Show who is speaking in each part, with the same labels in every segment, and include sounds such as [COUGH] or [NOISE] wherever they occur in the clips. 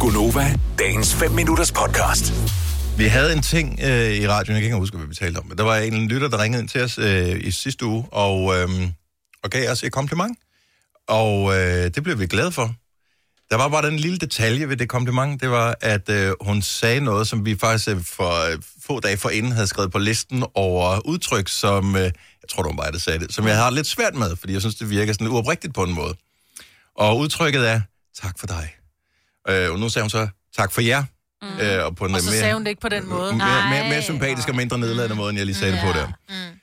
Speaker 1: Gunova, dagens 5 minutters podcast.
Speaker 2: Vi havde en ting øh, i radioen, jeg kan ikke huske, hvad vi talte om, men der var en lytter, der ringede ind til os øh, i sidste uge, og, øh, og gav os et kompliment. Og øh, det blev vi glade for. Der var bare den lille detalje ved det kompliment, det var, at øh, hun sagde noget, som vi faktisk øh, for øh, få dage forinden havde skrevet på listen over udtryk, som, øh, jeg tror, det var mig, der sagde det, som jeg har lidt svært med, fordi jeg synes, det virker sådan uoprigtigt på en måde. Og udtrykket er, tak for dig. Øh, og nu sagde hun så, tak for jer. Mm. Øh, og, på en
Speaker 3: Og så
Speaker 2: mere-
Speaker 3: Altså,
Speaker 2: Øh,
Speaker 3: sagde hun det ikke på den måde.
Speaker 2: Mere, mere,
Speaker 4: Ej.
Speaker 2: mere sympatisk og mindre nedladende måde, end jeg lige sagde det på der. Mm.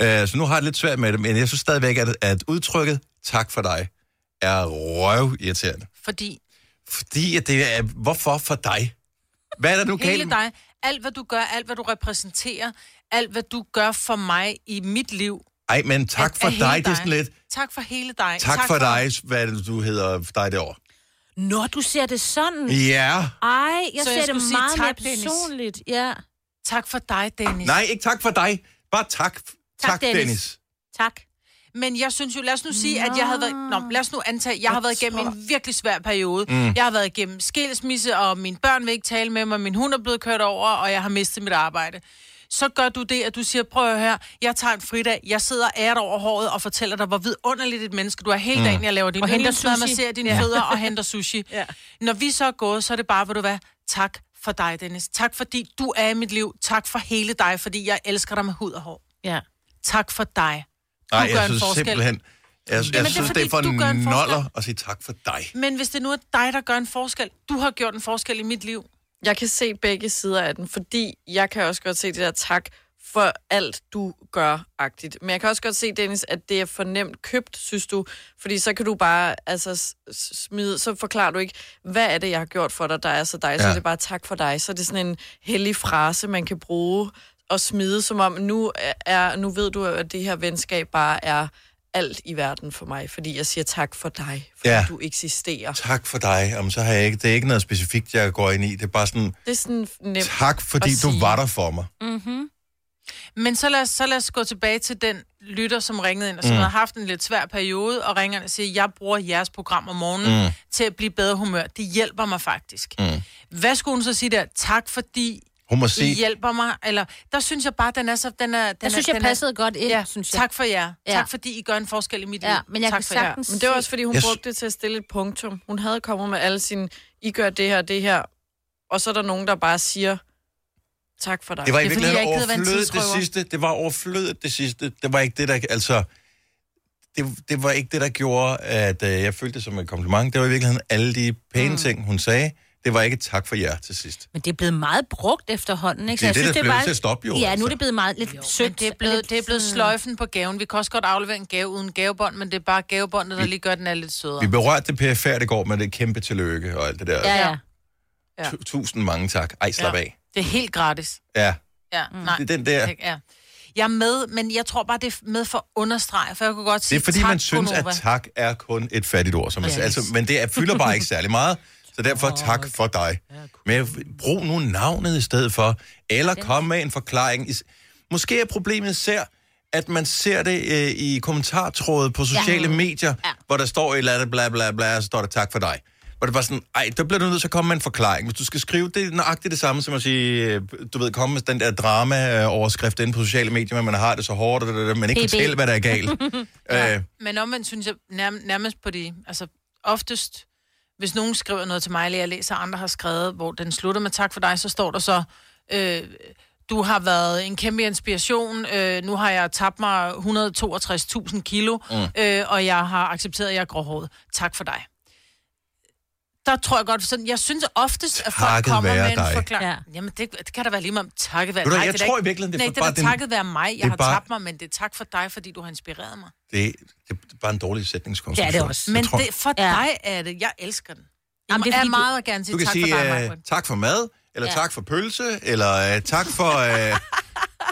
Speaker 2: Uh, så nu har jeg det lidt svært med det, men jeg synes stadigvæk, at, at udtrykket tak for dig er røvirriterende.
Speaker 3: Fordi
Speaker 2: Fordi at det er, hvorfor for dig? Hvad er der nu galt?
Speaker 3: hele dig, alt hvad du gør, alt hvad du repræsenterer, alt hvad du gør for mig i mit liv,
Speaker 2: Ej, men tak
Speaker 3: er-
Speaker 2: for
Speaker 3: er
Speaker 2: dig,
Speaker 3: hele
Speaker 2: det er sådan lidt,
Speaker 3: tak for hele dig.
Speaker 2: tak, tak for dig, hvad er det, du hedder dig derovre.
Speaker 4: Nå, du ser det sådan.
Speaker 2: Ja.
Speaker 4: Ej, jeg
Speaker 3: Så jeg
Speaker 4: så ser jeg det
Speaker 3: skulle sige
Speaker 4: meget
Speaker 3: tak,
Speaker 4: mere
Speaker 3: Dennis.
Speaker 4: personligt. Ja.
Speaker 3: Tak for dig, Dennis.
Speaker 2: Nej, ikke tak for dig. Bare tak. Tak, tak Dennis.
Speaker 4: Dennis.
Speaker 2: Dennis.
Speaker 4: Tak.
Speaker 3: Men jeg synes jo, lad os nu sige, at jeg havde været... Nå, lad os nu antage, jeg, har
Speaker 4: Jeg
Speaker 3: været igennem
Speaker 4: tror-
Speaker 3: en virkelig svær periode. Mm. Jeg har været igennem skilsmisse, og mine børn vil ikke tale med mig, min hund er blevet kørt over, og jeg har mistet mit arbejde. Så gør du det, at du siger, prøv her, jeg tager en fridag, jeg sidder æret over håret og fortæller dig, hvor vidunderligt et menneske du er hele dagen, jeg laver din
Speaker 4: Og henter
Speaker 3: yndlingsmad,
Speaker 4: sushi.
Speaker 3: masserer dine fødder og henter
Speaker 4: [LAUGHS]
Speaker 3: sushi. ja. Når vi så er gået, så er det bare, hvor du hvad, tak for dig, Dennis. Tak fordi du er i mit liv. Tak for hele dig, fordi jeg elsker dig med hud og hår.
Speaker 4: Ja.
Speaker 3: Tak for dig. Du
Speaker 2: Nej,
Speaker 3: gør
Speaker 2: jeg
Speaker 3: en
Speaker 2: synes
Speaker 3: forskel.
Speaker 2: simpelthen, jeg, jeg
Speaker 3: er
Speaker 2: synes, det er,
Speaker 3: fordi,
Speaker 2: for
Speaker 3: du gør en forskel.
Speaker 2: noller at sige tak for dig.
Speaker 3: Men hvis det nu er dig, der gør en forskel, du har gjort en forskel i mit liv.
Speaker 5: Jeg kan se begge sider af den, fordi jeg kan også godt se det der tak for alt, du gør-agtigt. Men jeg kan også godt se, Dennis, at det er for nemt købt, synes du. Fordi så kan du bare altså, s- s- smide, så forklarer du ikke, hvad er det, jeg har gjort for dig, der er så dig. Så
Speaker 2: Ja.
Speaker 5: er det bare tak for dig. Så er det sådan en hellig frase, man kan bruge og smide, som om nu, er, nu ved du, at det her venskab bare er alt i verden for mig, fordi jeg siger tak for dig, fordi
Speaker 2: Ja.
Speaker 5: ja. du eksisterer.
Speaker 2: tak for dig. Jamen, så har jeg ikke, det er ikke noget specifikt, jeg går ind i. Det er bare sådan,
Speaker 5: Det er sådan nemt.
Speaker 2: tak fordi
Speaker 5: at
Speaker 2: du
Speaker 5: sige.
Speaker 2: var der for mig.
Speaker 3: Men så lad, os, så lad os gå tilbage til den lytter, som ringede ind, og som mm. har haft en lidt svær periode, og ringer ind og siger, jeg bruger jeres program om morgenen mm. til at blive bedre humør. Det hjælper mig faktisk. Mm. Hvad skulle hun så sige der? Tak fordi
Speaker 2: Hun må
Speaker 3: I
Speaker 2: sige,
Speaker 3: hjælper mig. Eller, der synes jeg bare, den er så... Den er, den
Speaker 4: Jeg
Speaker 3: er,
Speaker 4: synes, jeg
Speaker 3: den er-
Speaker 4: passede godt ind,
Speaker 3: Ja,
Speaker 4: synes jeg.
Speaker 3: tak for jer.
Speaker 4: Ja.
Speaker 3: Tak fordi I gør en forskel i mit liv.
Speaker 4: Ja, men jeg
Speaker 3: tak
Speaker 4: kan
Speaker 3: for jer.
Speaker 4: sagtens
Speaker 5: Men det var også, fordi hun
Speaker 2: Jeg
Speaker 5: jeg...
Speaker 2: sy-
Speaker 5: brugte det til at stille et punktum. Hun havde kommet med alle sine, I gør det her, det her, og så er der nogen, der bare siger, tak for dig.
Speaker 2: det var i
Speaker 3: Det er, fordi
Speaker 2: virkeligheden
Speaker 3: jeg ikke gider være en
Speaker 2: overflødet det
Speaker 3: tidsrøver.
Speaker 2: sidste. Det var overflødet det sidste. Det var ikke det, der... Altså, det, det var ikke det, der gjorde, at øh, jeg følte det som et kompliment. Det var i virkeligheden alle de pæne mm. ting, hun sagde. Det var ikke et tak for jer til sidst.
Speaker 4: Men det er blevet meget brugt efterhånden, ikke?
Speaker 2: Det er det, der
Speaker 4: det
Speaker 2: blev
Speaker 4: bare-
Speaker 2: til at stoppe, jo,
Speaker 4: Ja, nu
Speaker 2: altså.
Speaker 4: er det blevet meget lidt
Speaker 3: Men
Speaker 4: sødt.
Speaker 3: det er blevet, det er blevet
Speaker 4: sådan-
Speaker 3: sløjfen på gaven. Vi kan også godt aflevere en gave uden gavebånd, men det er bare gavebåndet, der lige gør, at den er lidt sødere.
Speaker 2: Vi berørte det pæfærd i går med det kæmpe tillykke og alt det der.
Speaker 4: Ja, ja.
Speaker 3: Ja.
Speaker 5: Ja.
Speaker 2: Tu- Tusind mange tak. Ej, slap
Speaker 3: Ja.
Speaker 2: af.
Speaker 3: Det er helt gratis.
Speaker 2: Ja,
Speaker 3: Ja, mm. nej.
Speaker 2: det er den der.
Speaker 3: ikke- Ja. Jeg er med, men jeg tror bare, det er med for at understrege, for jeg kunne godt
Speaker 2: Det
Speaker 3: sige
Speaker 2: er fordi,
Speaker 3: tak,
Speaker 2: man synes, at
Speaker 3: Gonova.
Speaker 2: tak er kun et fattigt ord. Som yes.
Speaker 3: Ja.
Speaker 2: altså, men det er, fylder bare ikke særlig meget. Så derfor oh, tak for dig. Men jeg- brug nu navnet i stedet for, eller kom med en forklaring. Is- Måske er problemet især, at man ser det øh, i kommentartrådet på sociale ja. medier, ja. hvor der står et eller andet bla bla bla, og så står der tak for dig. Hvor det var sådan, ej, der bliver du nødt til at komme med en forklaring. Hvis du skal skrive det er nøjagtigt det samme, som at sige, øh, du ved, komme med den der drama-overskrift inde på sociale medier, men man har det så hårdt, og det, det, det, man ikke kan
Speaker 4: BB.
Speaker 2: fortælle, hvad der er galt. ja. øh,
Speaker 3: Men omvendt synes jeg nærm- nærmest på de... Altså oftest, hvis nogen skriver noget til mig, eller jeg læser, andre har skrevet, hvor den slutter med tak for dig, så står der så... Øh, du har været en kæmpe inspiration. Øh, nu har jeg tabt mig 162.000 kilo, mm. øh, og jeg har accepteret, at jeg er gråhåret. Tak for dig. Der tror jeg godt, sådan, jeg synes oftest, at folk
Speaker 2: Takket
Speaker 3: kommer
Speaker 2: være
Speaker 3: med en
Speaker 2: dig.
Speaker 3: forklaring.
Speaker 4: Ja.
Speaker 3: Jamen, det, det kan da være lige med om takket være
Speaker 2: Ved du,
Speaker 3: Nej,
Speaker 2: jeg
Speaker 3: det er da
Speaker 2: tror
Speaker 3: ikke-
Speaker 2: i virkeligheden, det er
Speaker 3: Nej,
Speaker 2: for-
Speaker 3: det er
Speaker 2: bare
Speaker 3: da
Speaker 2: den-
Speaker 3: takket være mig.
Speaker 2: det
Speaker 3: Jeg
Speaker 2: er
Speaker 3: har
Speaker 2: bare-
Speaker 3: tabt mig, men det er tak for dig, fordi du har inspireret mig.
Speaker 2: Det, det er bare en dårlig sætningskonstruktion.
Speaker 4: Det er det også.
Speaker 3: Men
Speaker 2: Jeg tror,
Speaker 3: det, for ja.
Speaker 4: Ja.
Speaker 3: dig er det. Jeg elsker den. Jeg
Speaker 4: Jamen, det er
Speaker 3: er
Speaker 4: fordi,
Speaker 3: meget du... gerne sige
Speaker 2: du kan
Speaker 3: tak
Speaker 2: sige
Speaker 3: for dig,
Speaker 2: øh,
Speaker 3: Margot.
Speaker 2: tak for mad, eller ja.
Speaker 4: Ja.
Speaker 2: tak for pølse, eller øh, tak for... Øh,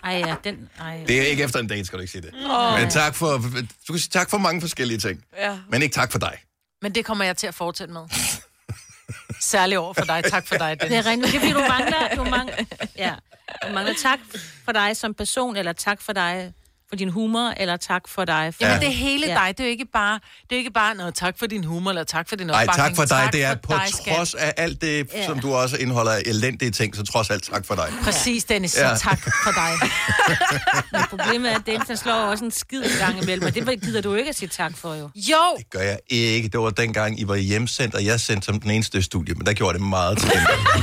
Speaker 4: Ej, ja, den... Ej.
Speaker 2: det er ikke efter en date, skal du ikke sige det. Oh. Men tak for, du kan sige tak for mange forskellige ting,
Speaker 5: Ja.
Speaker 2: men ikke tak for dig.
Speaker 3: Men det kommer jeg til at fortsætte med. Særligt over for dig. Tak for dig,
Speaker 4: Det er
Speaker 3: Dennis.
Speaker 4: rent, det er fordi, du mangler, du mangler, ja, du mangler tak for dig som person, eller tak for dig for din humor, eller tak for dig. For
Speaker 3: Jamen,
Speaker 2: Ja.
Speaker 3: ja. det er hele
Speaker 4: Ja.
Speaker 3: ja. dig. Det er jo ikke bare, det er ikke bare noget tak for din humor, eller tak for din
Speaker 2: Nej,
Speaker 3: opbakning.
Speaker 2: tak for dig. Det er
Speaker 3: for
Speaker 2: på
Speaker 3: dig, skat.
Speaker 2: trods af alt det,
Speaker 4: Ja.
Speaker 2: som du også indeholder af elendige ting, så trods alt tak for dig.
Speaker 3: Præcis, Dennis.
Speaker 2: Ja.
Speaker 3: Ja. Så tak for dig.
Speaker 4: Men problemet er, at Dennis han slår også en skid i gang imellem, og det gider du ikke at sige tak for, jo.
Speaker 3: Jo,
Speaker 2: Gør jeg ikke. Det var dengang, I var hjemsendt, og jeg sendte som den eneste studie, men der gjorde det meget til gengæld.